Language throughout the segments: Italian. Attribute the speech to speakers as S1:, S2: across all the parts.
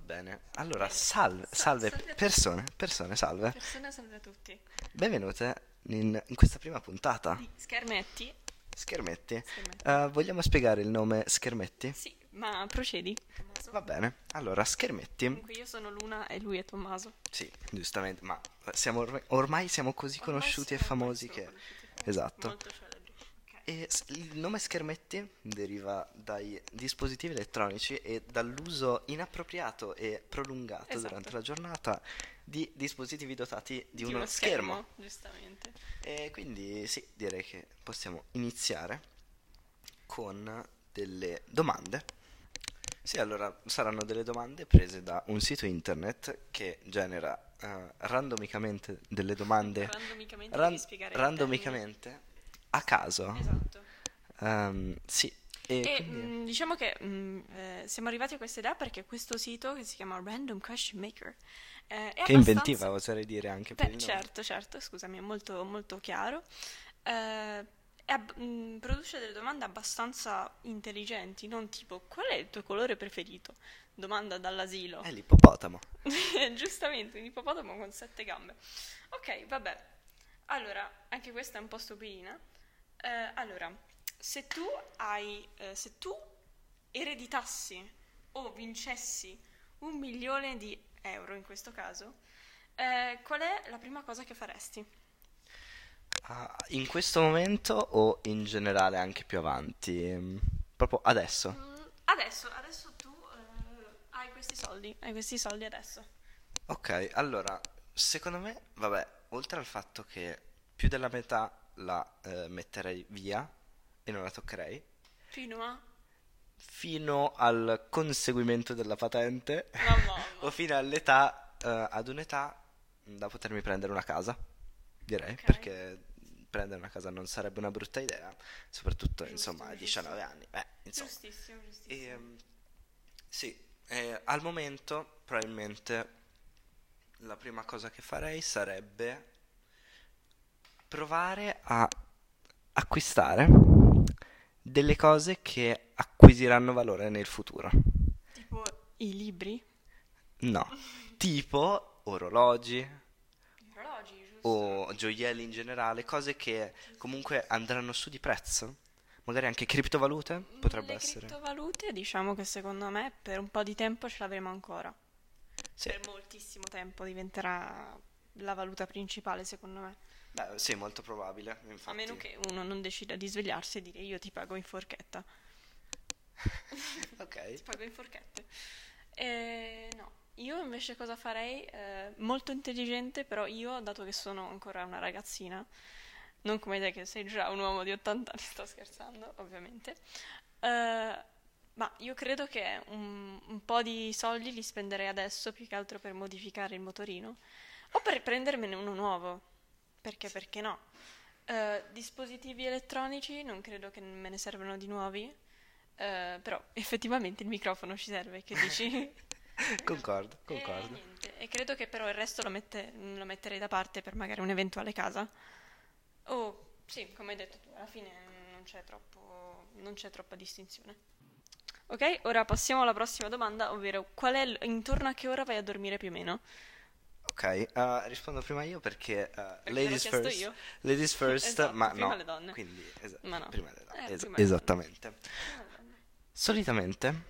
S1: bene. Allora, salve, salve,
S2: Sa- salve a-
S1: persone, persone, salve.
S2: Persona salve a tutti.
S1: Benvenute in, in questa prima puntata.
S2: Di Schermetti?
S1: Schermetti.
S2: Schermetti.
S1: Eh, vogliamo spiegare il nome Schermetti?
S2: Sì, ma procedi. Tommaso.
S1: Va bene. Allora, Schermetti.
S2: Comunque io sono Luna e lui è Tommaso.
S1: Sì, giustamente, ma siamo ormai, ormai siamo così
S2: Ormai
S1: conosciuti e
S2: siamo-
S1: famosi
S2: ormai
S1: che...
S2: siamo conosciuti.
S1: Esatto.
S2: Molto celebri. Ok.
S1: E s- il nome Schermetti deriva dai dispositivi elettronici e dall'uso inappropriato e prolungato
S2: Esatto.
S1: durante la giornata di dispositivi dotati di,
S2: Di
S1: uno schermo.
S2: Giustamente.
S1: E quindi sì, direi che possiamo iniziare con delle domande. Sì, allora saranno delle domande prese da un sito internet che genera eh, randomicamente delle domande
S2: Randomicamente
S1: ran-
S2: devi spiegare il
S1: randomicamente a caso.
S2: termine. Esatto.
S1: Ehm, sì, Ah. e
S2: E
S1: quindi-
S2: mh, diciamo che mh, eh, siamo arrivati a questa idea perché questo sito che si chiama Random Question Maker eh, è
S1: che
S2: abbastanza...
S1: inventiva, oserei dire anche per
S2: Beh,
S1: il nome.
S2: certo, certo, scusami, è molto, molto chiaro. Eh, è ab- mh, produce delle domande abbastanza intelligenti, non tipo qual è il tuo colore preferito? Domanda dall'asilo.
S1: È l'ippopotamo.
S2: Giustamente, un ippopotamo con sette gambe. Ok, vabbè. Allora, anche questa è un po' stupidina. Eh, allora, se tu hai, eh, se tu ereditassi o vincessi un milione di euro in questo caso, eh, qual è la prima cosa che faresti?
S1: Ah, in questo momento o in generale anche più avanti? Ehm, Proprio adesso.
S2: Mm, adesso, adesso tu eh, hai questi soldi, hai questi soldi adesso.
S1: Ok, allora, secondo me, vabbè, oltre al fatto che più della metà la eh, metterei via e non la toccherei,
S2: Fino a...
S1: fino al conseguimento della patente
S2: La mamma.
S1: o fino all'età, eh, ad un'età da potermi prendere una casa, direi,
S2: Ok.
S1: perché prendere una casa non sarebbe una brutta idea, soprattutto,
S2: Giusto,
S1: insomma, a
S2: giusto.
S1: 19 anni, beh, insomma.
S2: Giustissimo, giustissimo.
S1: Ehm, sì, eh, al momento probabilmente la prima cosa che farei sarebbe provare a acquistare delle cose che acquisiranno valore nel futuro.
S2: Tipo i libri?
S1: No, tipo orologi
S2: Gli orologi, giusto?
S1: o gioielli in generale, cose che comunque andranno su di prezzo, magari anche criptovalute, potrebbe
S2: Mm, Le
S1: essere.
S2: criptovalute, diciamo che secondo me per un po' di tempo ce l'avremo ancora.
S1: Sì.
S2: Per moltissimo tempo diventerà la valuta principale, secondo me.
S1: Beh, sì, molto probabile,
S2: A meno
S1: infatti.
S2: che uno non decida di svegliarsi e dire io ti pago in forchetta.
S1: Ok.
S2: Ti pago in forchette. Eh, no, io invece cosa farei? Eh, molto intelligente, però io, dato che sono ancora una ragazzina, non come te che sei già un uomo di 80 anni, sto scherzando, ovviamente, eh, ma io credo che un, un po' di soldi li spenderei adesso più che altro per modificare il motorino o per prendermene uno nuovo, perché perché no? Eh, dispositivi elettronici non credo che me ne servano di nuovi, eh, però effettivamente il microfono ci serve, che dici?
S1: Concordo,
S2: E,
S1: concordo.
S2: niente, e credo che però il resto lo, mette- lo metterei da parte per magari un'eventuale casa. Oh, sì, come hai detto tu, alla fine non c'è troppo, non c'è troppa distinzione. Ok, ora passiamo alla prossima domanda, ovvero qual è il- intorno a che ora vai a dormire più o meno?
S1: Ok, eh, rispondo prima io perché, eh,
S2: l'ho
S1: ladies
S2: chiesto
S1: first,
S2: io.
S1: ladies first,
S2: Esatto,
S1: ma
S2: prima
S1: no,
S2: le donne.
S1: quindi esa-
S2: Ma no.
S1: prima le donne,
S2: Eh,
S1: es-
S2: prima le donne.
S1: esattamente. Solitamente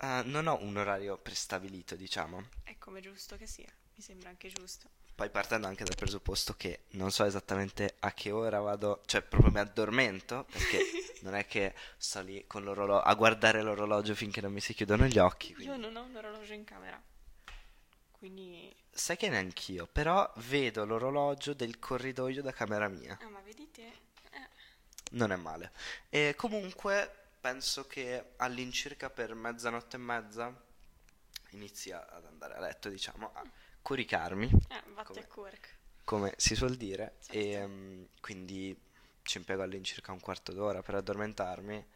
S1: eh, non ho un orario prestabilito, diciamo.
S2: È Eh, come giusto che sia, mi sembra anche giusto.
S1: Poi partendo anche dal presupposto che non so esattamente a che ora vado, cioè proprio mi addormento, perché non è che sto lì con l'orologio a guardare l'orologio finché non mi si chiudono gli occhi, quindi
S2: Io non ho un orologio in camera, quindi...
S1: Sai che neanch'io, però vedo l'orologio del corridoio da camera mia.
S2: Ah, ma vedete? Eh,
S1: Non è male. E comunque penso che all'incirca per mezzanotte e mezza inizi a- ad andare a letto, diciamo, a coricarmi,
S2: eh, vatte
S1: Come?
S2: a quark.
S1: come si suol dire,
S2: Certo.
S1: e mm, quindi ci impiego all'incirca un quarto d'ora per addormentarmi.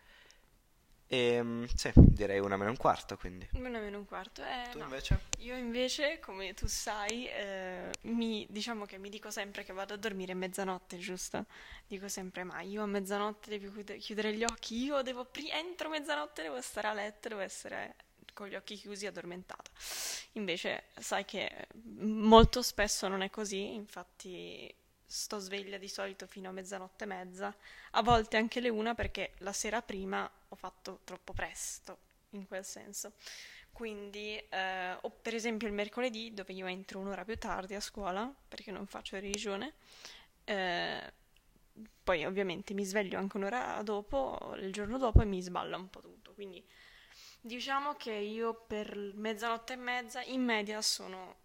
S1: E mm, sì, direi una meno un quarto, quindi.
S2: Meno meno un quarto, eh,
S1: Tu
S2: no.
S1: invece?
S2: Io invece, come tu sai, eh, mi, diciamo che mi dico sempre che vado a dormire a mezzanotte, giusto? Dico sempre, ma io a mezzanotte devo chiude- chiudere gli occhi, io devo, pri- entro mezzanotte devo stare a letto, devo essere con gli occhi chiusi addormentata. Invece sai che mm, molto spesso non è così, infatti sto sveglia di solito fino a mezzanotte e mezza, a volte anche le una perché la sera prima ho fatto troppo presto, in quel senso. Quindi, eh, o per esempio il mercoledì dove io entro un'ora più tardi a scuola perché non faccio religione, eh, poi ovviamente mi sveglio anche un'ora dopo, il giorno dopo e mi sballa un po' tutto. Quindi diciamo che io per mezzanotte e mezza in media sono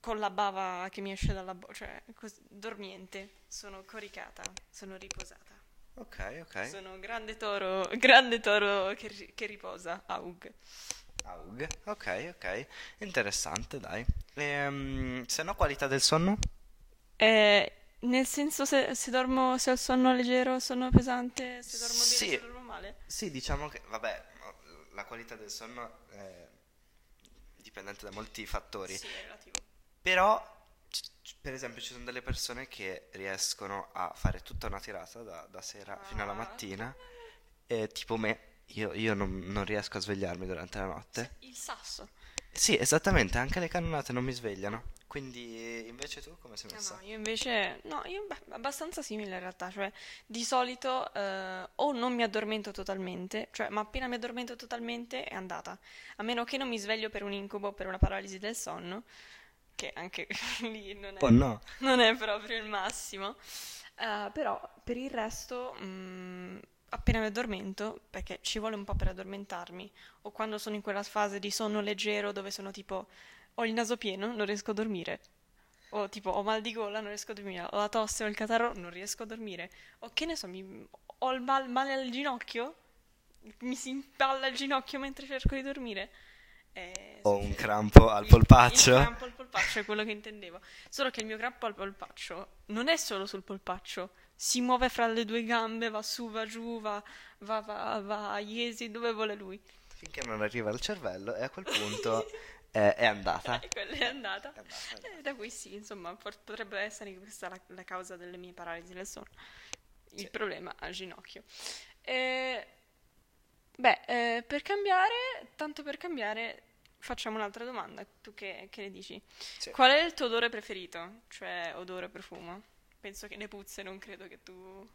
S2: con la bava che mi esce dalla bocca, cioè cos- dormiente, sono coricata, sono riposata.
S1: Ok, ok.
S2: Sono grande toro, grande toro che, ri- che riposa, Aug.
S1: Aug. Ok, ok. Interessante, dai. Ehm, se no, qualità del sonno?
S2: Eh, nel senso se, se dormo, se ho il sonno leggero, sonno pesante, se dormo bene,
S1: Sì.
S2: se dormo male.
S1: Sì, diciamo che, vabbè, la qualità del sonno è dipendente da molti fattori.
S2: Sì, è relativo.
S1: Però, c- c- per esempio, ci sono delle persone che riescono a fare tutta una tirata da, da sera fino alla
S2: Ah.
S1: mattina, e tipo me. Io, io non, non riesco a svegliarmi durante la notte.
S2: Il sasso.
S1: Sì, esattamente, anche le cannonate non mi svegliano. Quindi, invece tu come sei
S2: Ah,
S1: messa?
S2: no, io invece, no, io beh, abbastanza simile in realtà, cioè di solito eh, o non mi addormento totalmente, cioè ma appena mi addormento totalmente è andata, a meno che non mi sveglio per un incubo o per una paralisi del sonno, che anche lì non è,
S1: Oh no.
S2: non è proprio il massimo, Eh, però per il resto mm, appena mi addormento, perché ci vuole un po' per addormentarmi, o quando sono in quella fase di sonno leggero dove sono tipo ho il naso pieno, non riesco a dormire. O tipo ho mal di gola, non riesco a dormire. Ho la tosse, ho il catarro, non riesco a dormire. O che ne so, mi- ho il mal- male al ginocchio, mi si impalla il ginocchio mentre cerco di dormire. Eh,
S1: Ho
S2: succede.
S1: un crampo al
S2: Il-
S1: polpaccio.
S2: Il crampo al polpaccio è quello che intendevo. Solo che il mio crampo al polpaccio non è solo sul polpaccio, si muove fra le due gambe, va su, va giù, va, va, va, va a Iesi, dove vuole lui.
S1: Finché non arriva al cervello e a quel punto è, Eh, è andata.
S2: E Eh, quella è andata.
S1: È andata, è andata.
S2: Eh, da qui sì, insomma, for- potrebbe essere che questa la, la causa delle mie paralisi del sonno. Il
S1: Sì.
S2: problema al ginocchio. Eh, beh, eh, per cambiare, tanto per cambiare, facciamo un'altra domanda. Tu che, che ne dici?
S1: Sì.
S2: Qual è il tuo odore preferito? Cioè, odore o profumo? Penso che ne puzze, non credo che tu...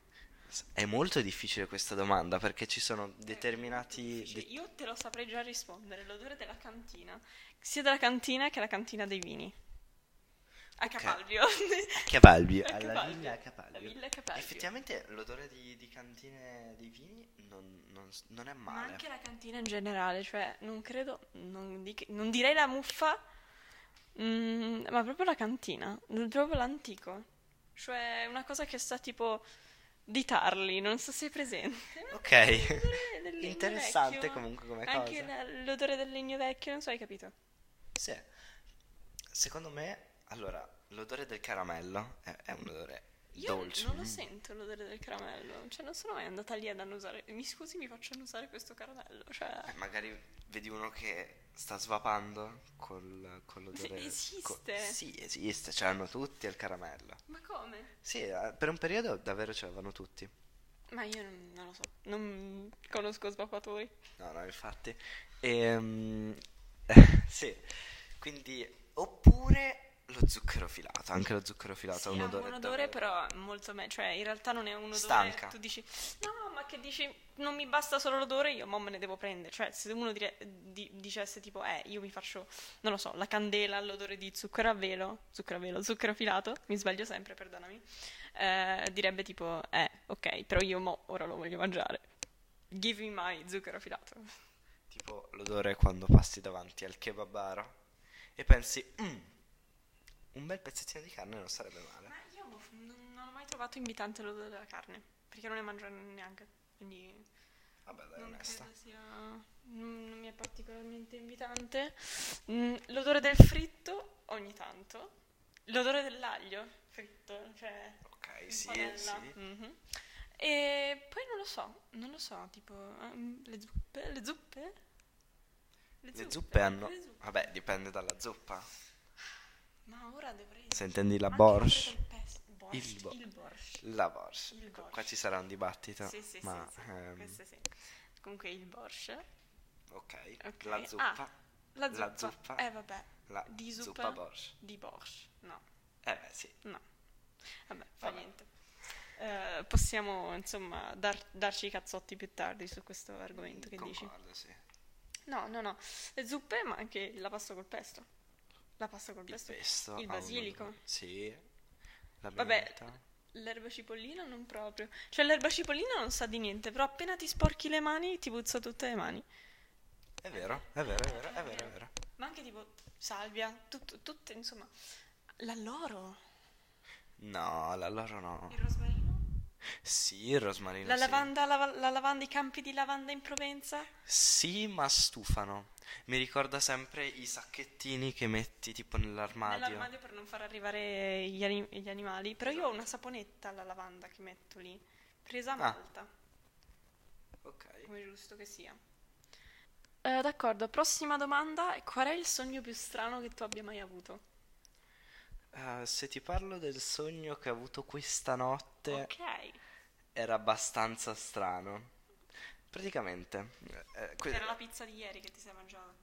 S1: È molto difficile questa domanda perché ci sono determinati...
S2: Difficile. eh, Io te lo saprei già rispondere, l'odore della cantina, sia della cantina che la cantina dei vini. A Capalbio.
S1: Cavalbi,
S2: A
S1: alla
S2: Capalbio.
S1: villa Capalbio.
S2: La villa Capalbio.
S1: Effettivamente l'odore di, di cantine dei vini non, non- non è
S2: Ma
S1: male.
S2: anche la cantina in generale, cioè, non credo, non, di- non direi la muffa, mm, ma proprio la cantina, proprio l'antico. Cioè, una cosa che sta tipo di tarli, non so se è presente.
S1: Ok,
S2: L'odore del legno
S1: interessante
S2: vecchio,
S1: comunque come
S2: Anche
S1: cosa.
S2: la- l'odore del legno vecchio, non so, hai capito?
S1: Sì. Secondo me, allora, l'odore del caramello è, è un odore
S2: Io
S1: dolce. Mm.
S2: non lo sento l'odore del caramello, cioè non sono mai andata lì ad annusare. Mi scusi, mi faccio annusare questo caramello, cioè
S1: Eh, magari vedi uno che sta svapando col, con l'odore.
S2: Esiste?
S1: sì, esiste, ce l'hanno tutti al caramello.
S2: ma come?
S1: Sì, eh, per un periodo davvero ce l'avevano tutti.
S2: Ma io non, non lo so, non conosco svapatori.
S1: No, no, infatti. Ehm, sì, quindi. Oppure lo zucchero filato. Anche lo zucchero filato
S2: Sì,
S1: ha un
S2: ha
S1: Esatto, odore.
S2: un odore
S1: davvero-
S2: però molto meglio, cioè in realtà non è un odore,
S1: Stanca.
S2: tu dici no ma che dici non mi basta solo l'odore, io mo me ne devo prendere, cioè se uno dire- di- dicesse tipo eh io mi faccio, non lo so, la candela all'odore di zucchero a velo, zucchero a velo, zucchero filato, mi sbaglio sempre, perdonami, eh, direbbe tipo eh ok però io mo ora lo voglio mangiare, give me my zucchero filato,
S1: Tipo l'odore quando passi davanti al kebabaro e pensi, "Mm, un bel pezzettino di carne non sarebbe male.
S2: ma io mo- non, non ho mai trovato invitante l'odore della carne, perché non ne mangio neanche, quindi...
S1: Vabbè, dai,
S2: Non
S1: onesta.
S2: credo sia. Non, non mi è particolarmente invitante. Mm, l'odore del fritto ogni tanto. L'odore dell'aglio fritto, cioè.
S1: Ok,
S2: in
S1: sì,
S2: padella.
S1: sì.
S2: Mhm. E poi non lo so, non lo so, tipo. ehm, le zuppe? Le zuppe?
S1: Le zuppe hanno...
S2: le zuppe.
S1: Vabbè, dipende dalla zuppa.
S2: Ma ora dovrei.
S1: Se intendi la
S2: Anche l'odore
S1: borsch,
S2: del pes- borscht,
S1: Il bo-
S2: il borscht.
S1: la borsch.
S2: Il
S1: Ecco, Qua
S2: borscht.
S1: ci sarà un dibattito,
S2: Sì, sì, sì,
S1: ma
S2: sì,
S1: ehm,
S2: questo sì. Comunque il borscht
S1: ok.
S2: Ok.
S1: La zuppa.
S2: Ah, la zuppa.
S1: La zuppa.
S2: Eh vabbè.
S1: La
S2: Di zuppa.
S1: zuppa Bosch.
S2: Di Bosch. No,
S1: Eh beh, sì.
S2: no. Vabbè, fa
S1: Vabbè.
S2: niente. Eh, possiamo, insomma, dar- darci i cazzotti più tardi su questo argomento. Che dici?
S1: Concordo, sì.
S2: No, no, no. Le zuppe, ma anche la pasta col pesto. La pasta col
S1: Il
S2: pesto.
S1: pesto.
S2: Il
S1: ha un
S2: basilico.
S1: odore- Sì. La
S2: Vabbè.
S1: pimenta.
S2: L'erba cipollina non proprio. Cioè l'erba cipollina non sa di niente, però appena ti sporchi le mani ti puzza tutte le mani.
S1: È vero, è vero, è vero, è vero, è vero.
S2: Ma anche tipo salvia, tutto, tutte, insomma. L'alloro,
S1: No, la loro no.
S2: il rosmarino,
S1: Sì, il rosmarino
S2: la
S1: sì.
S2: lavanda, la, va- la lavanda, i campi di lavanda in Provenza.
S1: Sì, ma stufano. Mi ricorda sempre i sacchettini che metti tipo nell'armadio.
S2: Nell'armadio per non far arrivare gli, ani- gli animali. Però io ho una saponetta alla lavanda che metto lì, presa a
S1: Ah.
S2: Malta,
S1: Ok.
S2: come giusto che sia. Eh, d'accordo, prossima domanda. Qual è il sogno più strano che tu abbia mai avuto?
S1: Eh, se ti parlo del sogno che ho avuto questa notte,
S2: Ok.
S1: era abbastanza strano. Praticamente, eh, que-
S2: Era la pizza di ieri che ti sei mangiata.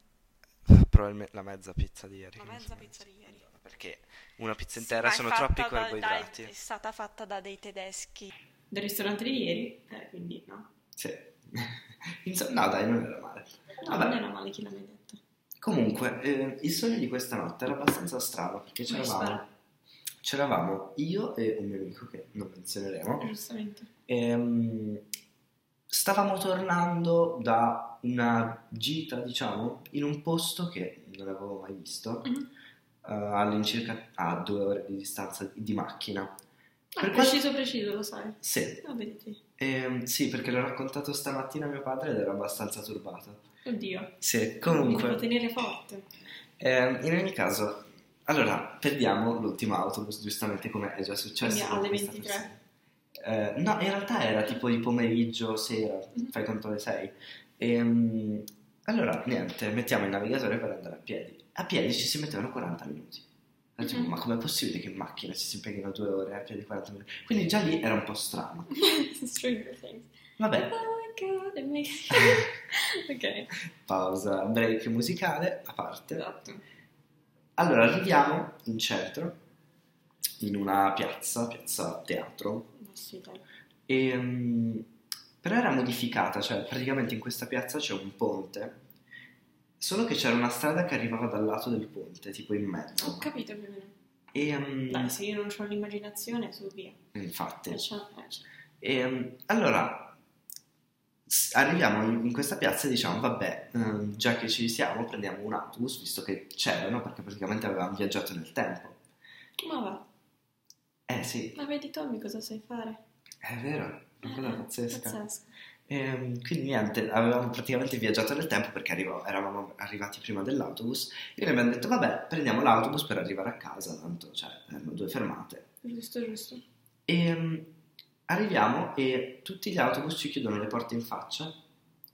S1: probabilmente la mezza pizza di ieri.
S2: La
S1: che mi
S2: mezza
S1: sono
S2: pizza di ieri.
S1: mangiato, Perché una pizza
S2: Sì,
S1: intera
S2: ma è
S1: sono
S2: fatta
S1: troppi
S2: da- dai-
S1: carboidrati.
S2: è stata fatta da dei tedeschi. Del ristorante di ieri, Eh, quindi no.
S1: Sì. Insomma, no, dai, non era male. Vabbè. non
S2: era male chi l'aveva detto.
S1: Comunque, eh, il sogno di questa notte era abbastanza strano perché
S2: Vai,
S1: c'eravamo,
S2: spara.
S1: c'eravamo io e un mio amico che non menzioneremo.
S2: Giustamente.
S1: Ehm, stavamo tornando da una gita, diciamo, in un posto che non avevo mai visto,
S2: Mhm.
S1: eh, all'incirca a due ore di distanza di macchina. Per questo-
S2: Ah, preciso, preciso, lo sai.
S1: Sì,
S2: Ah, vedi.
S1: ehm, sì, perché l'ho raccontato stamattina a mio padre ed era abbastanza turbato.
S2: Oddio.
S1: Sì, comunque.
S2: tenere forte.
S1: Ehm, in ogni caso, allora perdiamo l'ultimo autobus, giustamente come è già successo.
S2: Quindi alle
S1: con questa
S2: 23?
S1: persona. Eh, no, in realtà era tipo di pomeriggio, sera,
S2: Mhm.
S1: fai conto alle 6. Ehm, allora, niente, mettiamo il navigatore per andare a piedi. A piedi ci si mettevano 40 minuti. E dicevo,
S2: Mhm.
S1: Ma com'è possibile che in macchina ci si impeghino due ore a piedi 40 minuti? Quindi già lì era un po' strano.
S2: Stranger Things. Oh
S1: Vabbè,
S2: my god, it makes ok.
S1: pausa, break musicale a parte.
S2: Esatto.
S1: Allora arriviamo in centro, in una piazza, piazza teatro,
S2: Ma sì, dai.
S1: e, mm, però era modificata, cioè praticamente in questa piazza c'è un ponte, solo che c'era una strada che arrivava dal lato del ponte, tipo in mezzo.
S2: Ho capito più o meno.
S1: E, mm,
S2: Dai, se io non ho l'immaginazione, su via.
S1: Infatti.
S2: Facciamo, facciamo.
S1: E, mm, allora, s- arriviamo in, in questa piazza e diciamo, vabbè, ehm, già che ci siamo, prendiamo un autobus, visto che c'erano, perché praticamente avevamo viaggiato nel tempo.
S2: Ma va.
S1: Eh sì,
S2: Ma vedi Tommy cosa sai fare?
S1: è vero, è una cosa pazzesca.
S2: Pazzesco.
S1: Ehm, quindi niente, avevamo praticamente viaggiato nel tempo perché arrivo- eravamo arrivati prima dell'autobus e mi abbiamo detto vabbè prendiamo l'autobus per arrivare a casa, tanto cioè erano due fermate.
S2: Giusto, giusto.
S1: Ehm, arriviamo e tutti gli autobus ci chiudono le porte in faccia,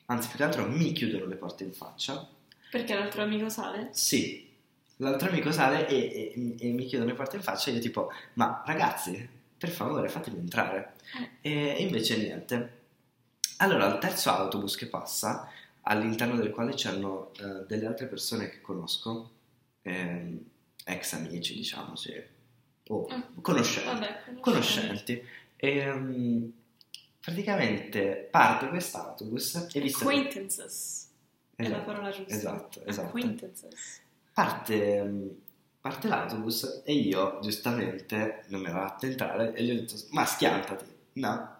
S1: anzi più che altro mi chiudono le porte in faccia.
S2: Perché l'altro amico sale?
S1: Sì, l'altro amico sale e, e- e mi chiudono le porte in faccia e io tipo ma ragazzi per favore fatemi entrare.
S2: Eh.
S1: E invece niente. Allora, il terzo autobus che passa, all'interno del quale c'erano eh, delle altre persone che conosco, ehm, ex amici, diciamo, sì, o
S2: Mm.
S1: conoscenti,
S2: Vabbè,
S1: Cioè, conoscenti. Ehm, praticamente parte quest'autobus e visto che-
S2: Acquaintances. È la
S1: Esatto,
S2: parola giusta. Ah,
S1: esatto, esatto.
S2: Acquaintances.
S1: Parte, mh, parte l'autobus e io giustamente non mi ero fatto entrare e gli ho detto ma schiantati, no.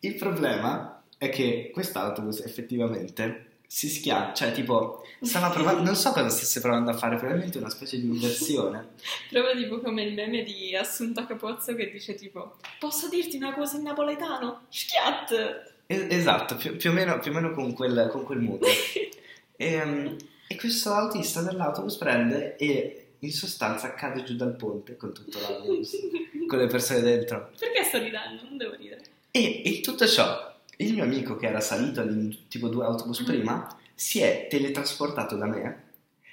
S1: Il problema è che quest'autobus effettivamente si schianta, cioè tipo stava provando, non so cosa stesse provando a fare, probabilmente una specie di inversione.
S2: Proprio tipo come il meme di Assunta Capozzo che dice tipo Posso dirti una cosa in napoletano? Schiat!
S1: E- esatto, più, più o meno, più o meno con quel, con quel mood. E, mh, e questo autista dell'autobus prende e in sostanza cade giù dal ponte con tutto l'autobus, con le persone dentro.
S2: Perché sto ridendo? Non devo ridere.
S1: E in tutto ciò, il mio amico che era salito in tipo due autobus
S2: Mhm.
S1: prima si è teletrasportato da me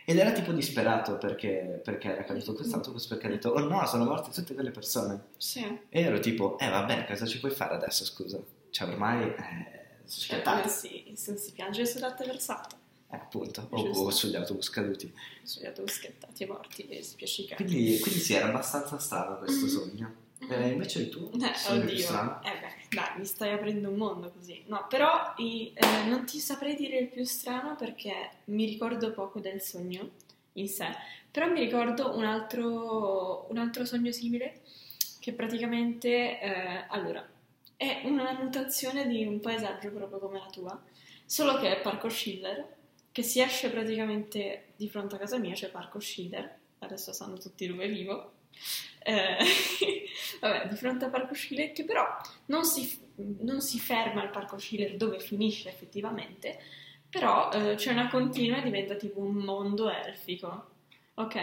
S1: ed era tipo disperato perché, perché era caduto
S2: Mm.
S1: quest'autobus perché ha detto oh no, sono morte tutte quelle persone.
S2: Sì.
S1: E ero tipo, eh vabbè, cosa ci puoi fare adesso, scusa? Cioè ormai... Eh, sono
S2: Certo,
S1: schiattato.
S2: sì, se non si piange sull'attraversato.
S1: Eh, appunto, o,
S2: Giusto.
S1: o sugli autobus caduti.
S2: Sugli autobus schiattati e morti e spiaccicati.
S1: Quindi, quindi sì, era abbastanza strano questo sogno. Eh, invece il tuo
S2: Mm. Eh,
S1: sogno più
S2: oddio.
S1: strano?
S2: Eh beh, dai, mi stai aprendo un mondo così. No, però i- eh, non ti saprei dire il più strano perché mi ricordo poco del sogno in sé, però mi ricordo un altro, un altro sogno simile che praticamente, eh, allora, è una mutazione di un paesaggio proprio come la tua, solo che è Parco Schiller, che si esce praticamente di fronte a casa mia, c'è Parco Schiller, adesso sanno tutti dove vivo. Eh, vabbè, di fronte al parco Schiller, che però non si, non si ferma al parco Schiller dove finisce effettivamente, però eh, c'è una continua e diventa tipo un mondo elfico, ok?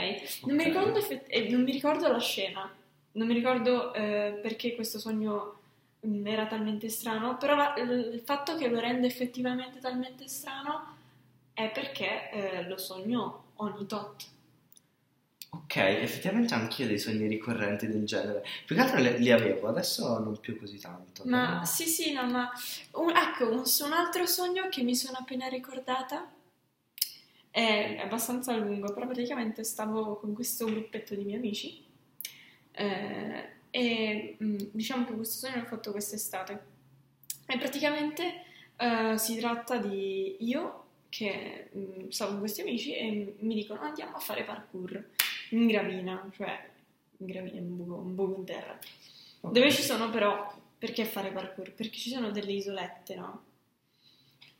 S2: Non mi
S1: Ok.
S2: ricordo, effett- eh, non mi ricordo la scena, non mi ricordo eh, perché questo sogno mm, era talmente strano, però la- l- il fatto che lo rende effettivamente talmente strano è perché eh, lo sogno ogni tot.
S1: Ok, effettivamente anch'io ho dei sogni ricorrenti del genere. Più che altro le- li avevo, adesso non più così tanto.
S2: Ma
S1: però-
S2: sì, sì, no, ma un- ecco, un, su un altro sogno che mi sono appena ricordata è abbastanza lungo, però praticamente stavo con questo gruppetto di miei amici eh, e mh, diciamo che questo sogno l'ho fatto quest'estate. E praticamente eh, si tratta di io che mh, stavo con questi amici e mi dicono andiamo a fare parkour in gravina, cioè in gravina, un buco, un buco in terra.
S1: Ok.
S2: Dove ci sono però, perché fare parkour? Perché ci sono delle isolette, no?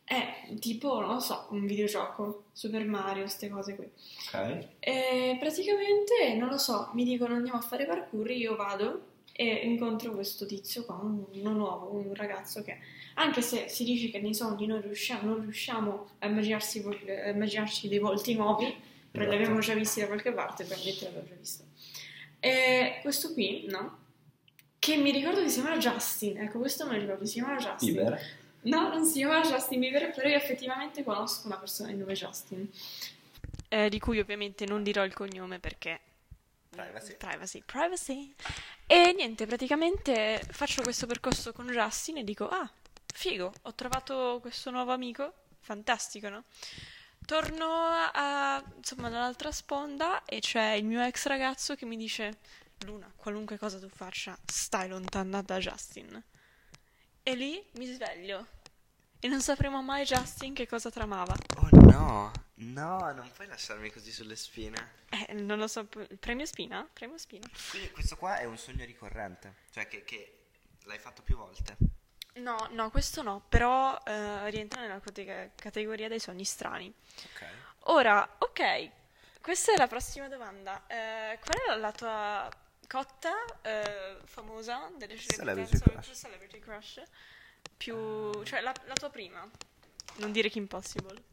S2: È tipo, non lo so, un videogioco, Super Mario, queste cose qui.
S1: Ok.
S2: E praticamente, non lo so, mi dicono andiamo a fare parkour, io vado e incontro questo tizio qua, un- uno nuovo, un ragazzo che, anche se si dice che nei sogni non riusciamo, non riusciamo a, immaginarsi, vol- a immaginarci dei volti nuovi, però li
S1: Esatto.
S2: abbiamo già visti da qualche parte, probabilmente l'avevo già visto. E questo qui, no? Che mi ricordo che si chiamava Justin, ecco questo me lo ricordo, si chiamava Justin.
S1: Bieber?
S2: No, non si chiama Justin Bieber, però io effettivamente conosco una persona di nome Justin. Eh, di cui ovviamente non dirò il cognome perché...
S1: Privacy.
S2: Privacy, privacy. E niente, praticamente faccio questo percorso con Justin e dico, ah, figo, ho trovato questo nuovo amico, fantastico, no? Torno a, insomma, dall'altra sponda e c'è il mio ex ragazzo che mi dice, Luna, qualunque cosa tu faccia, stai lontana da Justin. E lì mi sveglio. E non sapremo mai Justin che cosa tramava.
S1: Oh no, no, non puoi lasciarmi così sulle spine.
S2: Eh, non lo so, p- premio Spina? Premio Spina?
S1: Quindi questo qua è un sogno ricorrente, cioè che, che l'hai fatto più volte.
S2: No, no, questo no, però eh, rientra nella cate- categoria dei sogni strani.
S1: Ok.
S2: Ora, ok, questa è la prossima domanda. Eh, qual è la tua cotta eh, famosa delle
S1: Celebrity
S2: celebrità
S1: crush.
S2: celebrity crush? Più, cioè la, la tua prima. Non dire che impossible.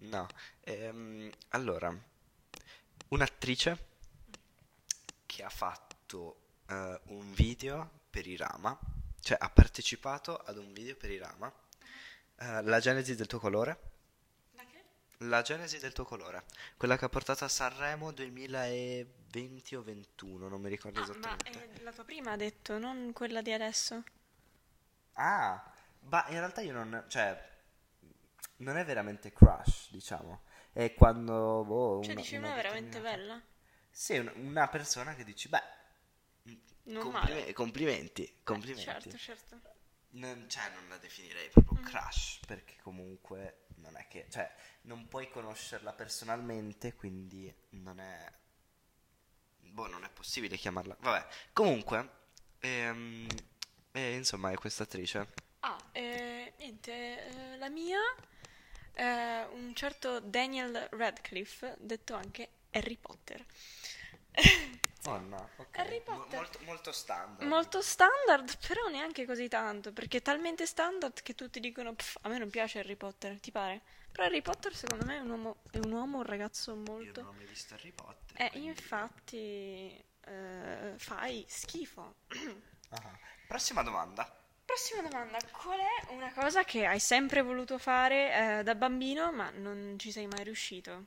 S1: No, ehm, allora, un'attrice che ha fatto eh, un video per i Rama, cioè ha partecipato ad un video per i Rama, eh, La genesi del tuo colore,
S2: La che?
S1: La genesi del tuo colore, quella che ha portato a Sanremo 2020 o 21, non mi ricordo
S2: Ah, ma
S1: esattamente.
S2: eh, la tua prima ha detto, non quella di adesso.
S1: Ah, ma in realtà io non, cioè, non è veramente crush, diciamo. È quando, boh,
S2: Cioè,
S1: una,
S2: dici
S1: una
S2: una veramente
S1: determinata-
S2: bella. Eh,
S1: Sì, un- una persona che dici, beh,
S2: Non
S1: complime-
S2: male.
S1: complimenti, complimenti.
S2: Certo, certo.
S1: Non, cioè, non la definirei proprio
S2: Mm.
S1: crush, perché comunque non è che, cioè, non puoi conoscerla personalmente, quindi non è, boh, non è possibile chiamarla. Vabbè, comunque, ehm, eh, insomma, è questa attrice.
S2: Ah, eh, niente, eh, la mia, eh, un certo Daniel Radcliffe, detto anche Harry Potter.
S1: Oh no, ok.
S2: Harry
S1: Mo-
S2: Potter.
S1: molto, molto standard.
S2: Molto standard, però neanche così tanto, perché è talmente standard che tutti dicono, "Pff, a me non piace Harry Potter, ti pare? Però Harry Potter secondo me è un uomo, è un, uomo, un ragazzo
S1: Io non
S2: molto...
S1: ho mai visto Harry Potter.
S2: Eh,
S1: quindi-
S2: infatti, eh, fai schifo.
S1: Ah. Prossima domanda.
S2: Prossima domanda, qual è una cosa che hai sempre voluto fare eh, da bambino ma non ci sei mai riuscito?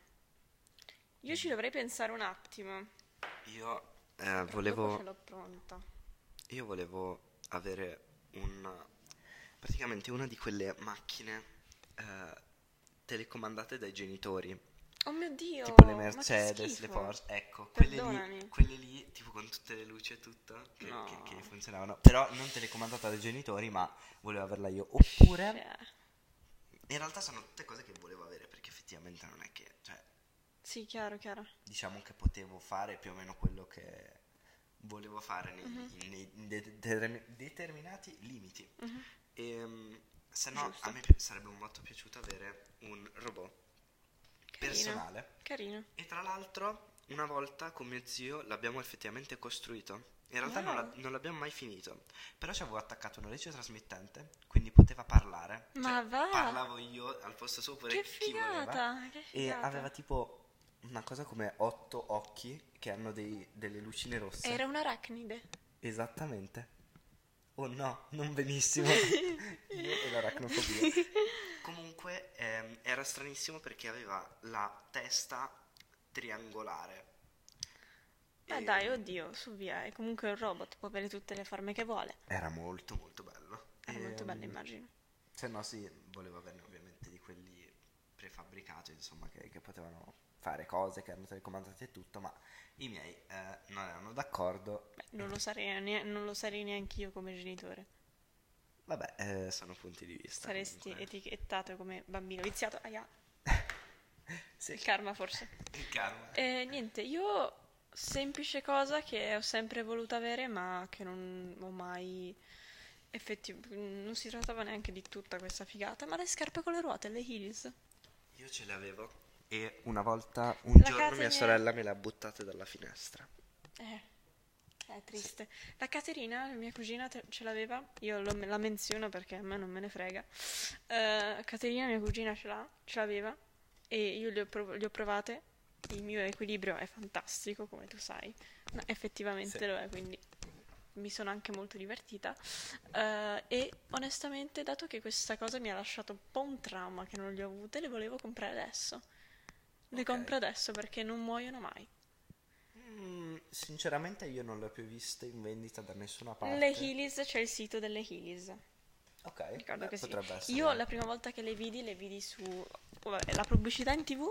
S2: Io ci dovrei pensare un attimo.
S1: Io eh,
S2: perché dopo ce
S1: volevo,
S2: l'ho pronta.
S1: io volevo avere un, praticamente una di quelle macchine eh, telecomandate dai genitori,
S2: Oh mio Dio!
S1: tipo le
S2: ma che
S1: Mercedes, le
S2: schifo.
S1: Porsche, ecco, quelle lì,
S2: Perdonami.
S1: quelle lì, tipo con tutte le luci e tutto, che,
S2: No.
S1: che- che funzionavano, però non telecomandata dai genitori, ma volevo averla io. Oppure,
S2: Cioè,
S1: in realtà sono tutte cose che volevo avere, perché effettivamente non è che, cioè,
S2: sì, chiaro, chiaro.
S1: diciamo che potevo fare più o meno quello che volevo fare nei,
S2: Mhm.
S1: nei de- de- determinati limiti.
S2: Mhm.
S1: Ehm, se no,
S2: Giusto.
S1: a me pi- sarebbe molto piaciuto avere un robot
S2: Carino.
S1: personale.
S2: Carino.
S1: E tra l'altro, una volta con mio zio l'abbiamo effettivamente costruito. In realtà non,
S2: Wow.
S1: la- non l'abbiamo mai finito, però ci avevo attaccato una legge trasmittente, quindi poteva parlare. Cioè,
S2: Ma va!
S1: parlavo io al posto suo oppure
S2: Che
S1: chi voleva.
S2: figata! Che
S1: E
S2: figata.
S1: aveva tipo una cosa come otto occhi che hanno dei- delle lucine rosse.
S2: Era un arachnide.
S1: Esattamente. Oh no, non benissimo. Io e l'aracnofobia. Comunque ehm, era stranissimo perché aveva la testa triangolare.
S2: Ma
S1: E-
S2: Ah, dai, oddio, su via. È comunque un robot, può avere tutte le forme che vuole.
S1: Era molto molto bello.
S2: Era molto bella,
S1: Ehm,
S2: immagino.
S1: Se no sì, volevo averne ovviamente di quelli prefabbricati, insomma, che, che potevano fare cose, che erano telecomandati e tutto, ma i miei eh, non erano d'accordo.
S2: Beh, non lo sarei, ne- non lo sarei neanche io come genitore.
S1: Vabbè, eh, sono punti di vista.
S2: Saresti
S1: comunque.
S2: etichettato come bambino viziato. Aia,
S1: Sì,
S2: il karma forse.
S1: il karma.
S2: Eh, niente, io semplice cosa che ho sempre voluto avere, ma che non ho mai effettivamente. Non si trattava neanche di tutta questa figata, ma le scarpe con le ruote, le heels.
S1: Io ce l'avevo e una volta, un
S2: La
S1: giorno
S2: casa
S1: mia
S2: mia-
S1: sorella me le ha buttate dalla finestra.
S2: Eh, è triste. La Caterina, mia cugina, te- ce l'aveva. Io lo- la menziono perché a me non me ne frega. Eh, Caterina, mia cugina, ce l'ha, ce l'aveva e io le ho, prov- le ho provate. Il mio equilibrio è fantastico, come tu sai. Ma effettivamente
S1: Sì.
S2: lo è, quindi mi sono anche molto divertita. Eh, e onestamente, dato che questa cosa mi ha lasciato un po' un trauma che non le ho avute, le volevo comprare adesso. Le
S1: Ok.
S2: compro adesso perché non muoiono mai.
S1: Mm, sinceramente io non le ho più viste in vendita da nessuna parte.
S2: Le Heelys, c'è il sito delle Heelys.
S1: Ok,
S2: Ricordo
S1: beh,
S2: che sì.
S1: potrebbe essere.
S2: Io la prima volta che le vidi, le vidi su oh, vabbè, la pubblicità in tv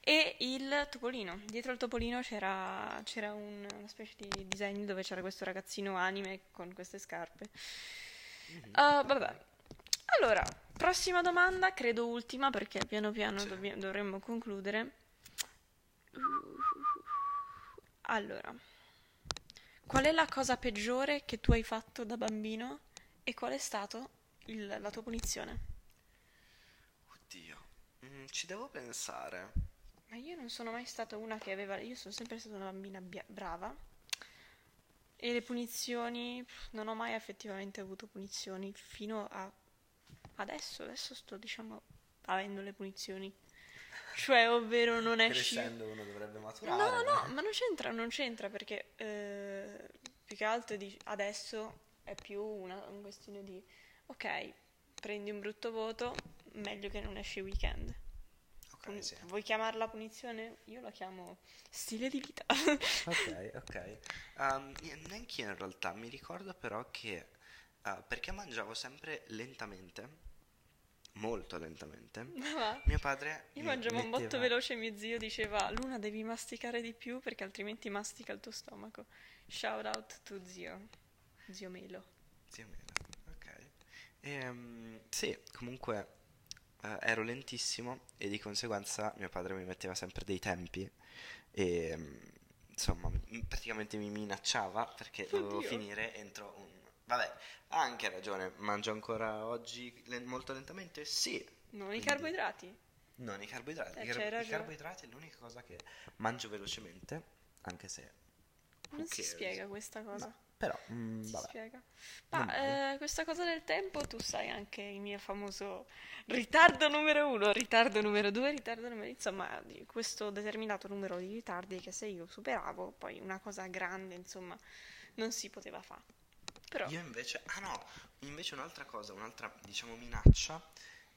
S2: e il topolino. Dietro al topolino c'era, c'era un- una specie di disegno dove c'era questo ragazzino anime con queste scarpe. Ah, vabbè. Allora, prossima domanda, credo ultima perché piano piano
S1: Sì.
S2: dobbia- dovremmo concludere. Allora, qual è la cosa peggiore che tu hai fatto da bambino e qual è stata la tua punizione?
S1: Oddio, Mm, ci devo pensare.
S2: Ma io non sono mai stata una che aveva... Io sono sempre stata una bambina bia- brava e le punizioni... pff, Non ho mai effettivamente avuto punizioni fino a adesso. Adesso sto, diciamo, avendo le punizioni. Cioè, ovvero non esci...
S1: Crescendo uno dovrebbe
S2: No,
S1: maturare.
S2: no, ma non c'entra, non c'entra perché eh, più che altro dici- adesso è più una, un questione di ok, prendi un brutto voto, meglio che non esci il weekend. Puni-
S1: eh? Ok, sì.
S2: Vuoi chiamarla punizione? Io la chiamo stile di vita.
S1: Ok, ok. Um, io- neanch'io in realtà, mi ricordo però che ah, perché mangiavo sempre lentamente, molto lentamente,
S2: Ma va.
S1: mio padre
S2: Io
S1: mi
S2: mangiavo un botto
S1: metteva-
S2: veloce e mio zio diceva Luna devi masticare di più perché altrimenti mastica il tuo stomaco. Shout out to zio. Zio Melo.
S1: Zio Mela, ok. Ehm, sì, comunque eh, ero lentissimo e di conseguenza mio padre mi metteva sempre dei tempi e mm, insomma m- praticamente mi minacciava perché dovevo
S2: Oddio.
S1: finire entro un... Vabbè, ha anche ragione, mangio ancora oggi len- molto lentamente? Sì,
S2: Non i
S1: Quindi-
S2: carboidrati.
S1: non i carboidrati.
S2: Eh,
S1: I, car-
S2: c'hai
S1: i
S2: ragione.
S1: carboidrati è l'unica cosa che mangio velocemente, anche se... who
S2: Non si
S1: cares?
S2: spiega questa cosa.
S1: No, però, mm,
S2: Si
S1: vabbè.
S2: spiega.
S1: Non
S2: Ma eh, questa cosa del tempo, tu sai anche il mio famoso ritardo numero uno, ritardo numero due, ritardo numero... Insomma, di questo determinato numero di ritardi che se io superavo, poi una cosa grande, insomma, non si poteva fare. Però,
S1: Io invece, ah no, invece un'altra cosa, un'altra diciamo minaccia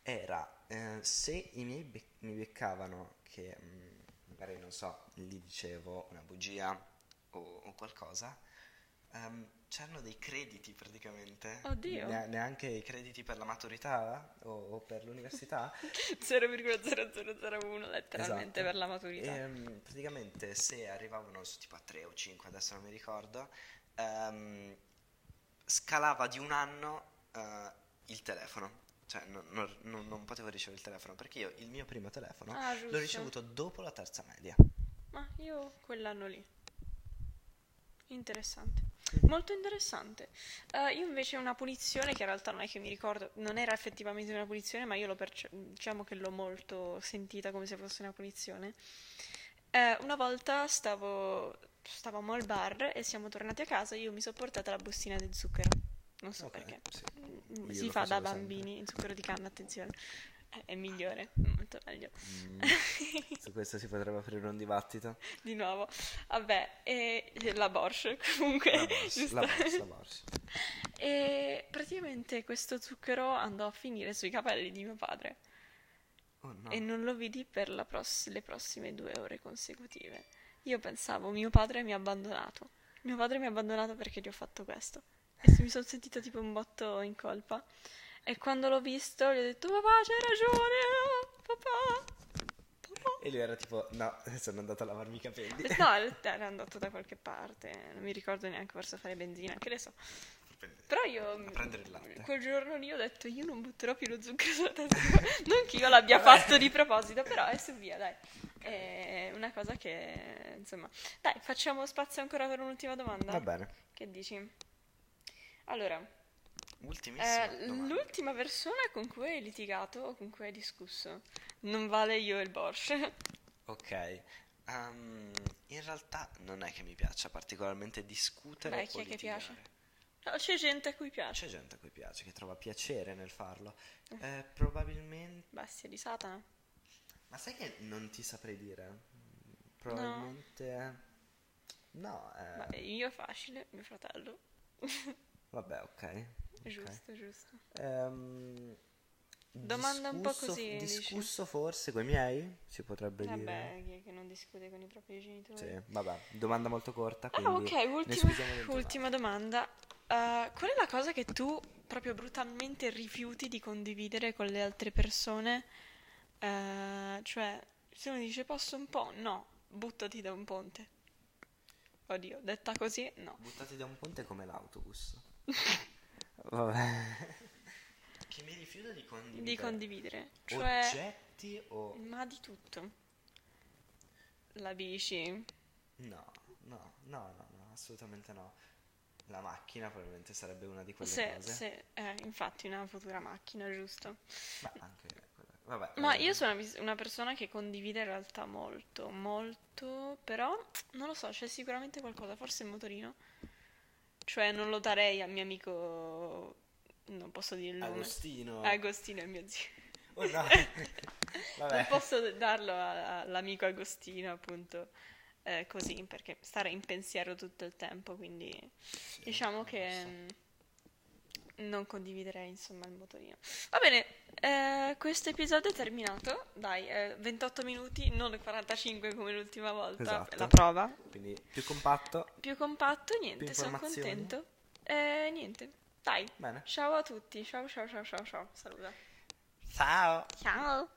S1: era eh, se i miei bec- mi beccavano che mm, magari non so, gli dicevo una bugia o, o qualcosa, eh, ehm, c'erano dei crediti praticamente.
S2: Oddio.
S1: Ne- neanche i crediti per la maturità o, o per l'università.
S2: 0,0001 letteralmente
S1: Esatto.
S2: per la maturità.
S1: Ehm, praticamente se arrivavano su tipo a 3 o 5, adesso non mi ricordo, ehm, scalava di un anno eh, il telefono. Cioè non, non- non- non potevo ricevere il telefono perché io il mio primo telefono
S2: Ah,
S1: l'ho
S2: giusto.
S1: ricevuto dopo la terza media.
S2: Ma io quell'anno lì. Interessante.
S1: Mm-hmm.
S2: Molto interessante. Eh, io invece una punizione che in realtà non è che mi ricordo, non era effettivamente una punizione, ma io l'ho perce- diciamo che l'ho molto sentita come se fosse una punizione. Eh, una volta stavo, stavamo al bar e siamo tornati a casa, io mi sono portata la bustina di zucchero. Non so
S1: Ok,
S2: perché.
S1: sì.
S2: Mm,
S1: Io
S2: Si
S1: lo
S2: fa da
S1: facevo sempre.
S2: bambini, il zucchero di canna, attenzione. Eh, È migliore, molto meglio.
S1: Mm. Su questo si potrebbe aprire un dibattito.
S2: Di nuovo, vabbè, e la Borsche comunque,
S1: La borsa,
S2: giusto?
S1: la borsa, la borsa.
S2: E praticamente questo zucchero andò a finire sui capelli di mio padre
S1: Oh no.
S2: e non lo vidi per la pross- le prossime due ore consecutive. Io pensavo, mio padre mi ha abbandonato. Mio padre mi ha abbandonato perché gli ho fatto questo. E se mi sono sentita tipo un botto in colpa. E quando l'ho visto gli ho detto, papà, c'hai ragione, ah, papà, papà.
S1: E lui era tipo, no, sono andato a lavarmi i capelli.
S2: No, era andato da qualche parte, non mi ricordo neanche forse a fare benzina, che ne so. Però io
S1: A prendere il latte.
S2: quel giorno lì ho detto io non butterò più lo zucchero sulla testa. non che io l'abbia fatto di proposito, però è su via, dai. È una cosa che insomma, dai, facciamo spazio ancora per un'ultima domanda.
S1: Va bene.
S2: Che dici? Allora,
S1: Ultimissima
S2: eh,
S1: domanda.
S2: l'ultima persona con cui hai litigato o con cui hai discusso. Non vale io e il Borsche.
S1: Ok. Ehm, in realtà non è che mi piaccia particolarmente discutere
S2: Beh,
S1: o
S2: chi è che
S1: litigare.
S2: piace? No, c'è gente a cui piace.
S1: C'è gente a cui piace, che trova piacere nel farlo. Eh, probabilmente...
S2: Bestia di Satana.
S1: Ma sai che non ti saprei dire? Probabilmente... No, eh,
S2: Vabbè, io facile, mio fratello.
S1: Vabbè, ok. ok.
S2: Giusto, giusto.
S1: Ehm,
S2: Domanda un po'
S1: discusso-
S2: così, dici? Eh
S1: Discusso forse con i miei? Si potrebbe dire.
S2: Vabbè, chi è che non discute con i propri genitori?
S1: Sì, vabbè, domanda molto corta,
S2: Ah,
S1: quindi
S2: ok,
S1: ne
S2: ultima,
S1: scusiamo dentro
S2: ultima domanda. Uh, qual è la cosa che tu proprio brutalmente rifiuti di condividere con le altre persone? Uh, cioè, se uno dice posso un po', no, buttati da un ponte. Oddio, detta così, no.
S1: l'altro. Buttati da un ponte come l'autobus. Vabbè. Che mi rifiuto di condividere.
S2: Di condividere. Cioè, Mm.
S1: Oggetti o...
S2: ma di tutto. La bici,
S1: No, no, no, no, no, assolutamente no. La macchina probabilmente sarebbe una di quelle
S2: Se,
S1: cose.
S2: se- eh, infatti una futura macchina, giusto?
S1: Ma anche quella- Vabbè.
S2: Ma
S1: eh,
S2: io sono una vis- una persona che condivide in realtà molto, molto, però non lo so, c'è sicuramente qualcosa, forse il motorino. Cioè non lo darei a mio amico, non posso dire il nome.
S1: Agostino.
S2: Agostino è mio zio.
S1: Oh no.
S2: Non
S1: Vabbè.
S2: posso darlo a- all'amico Agostino, appunto, eh, così, perché stare in pensiero tutto il tempo, quindi... Diciamo che mm, non condividerei insomma il motorino. Va bene, eh, questo episodio è terminato. Dai, eh, 28 minuti, non 45 come l'ultima volta,
S1: Esatto.
S2: la prova.
S1: Quindi più compatto.
S2: Più compatto, niente,
S1: Più
S2: sono
S1: informazioni?
S2: contento. Eh, niente, dai.
S1: Bene.
S2: Ciao a tutti, ciao ciao ciao ciao ciao, saluta.
S1: Ciao.
S2: Ciao.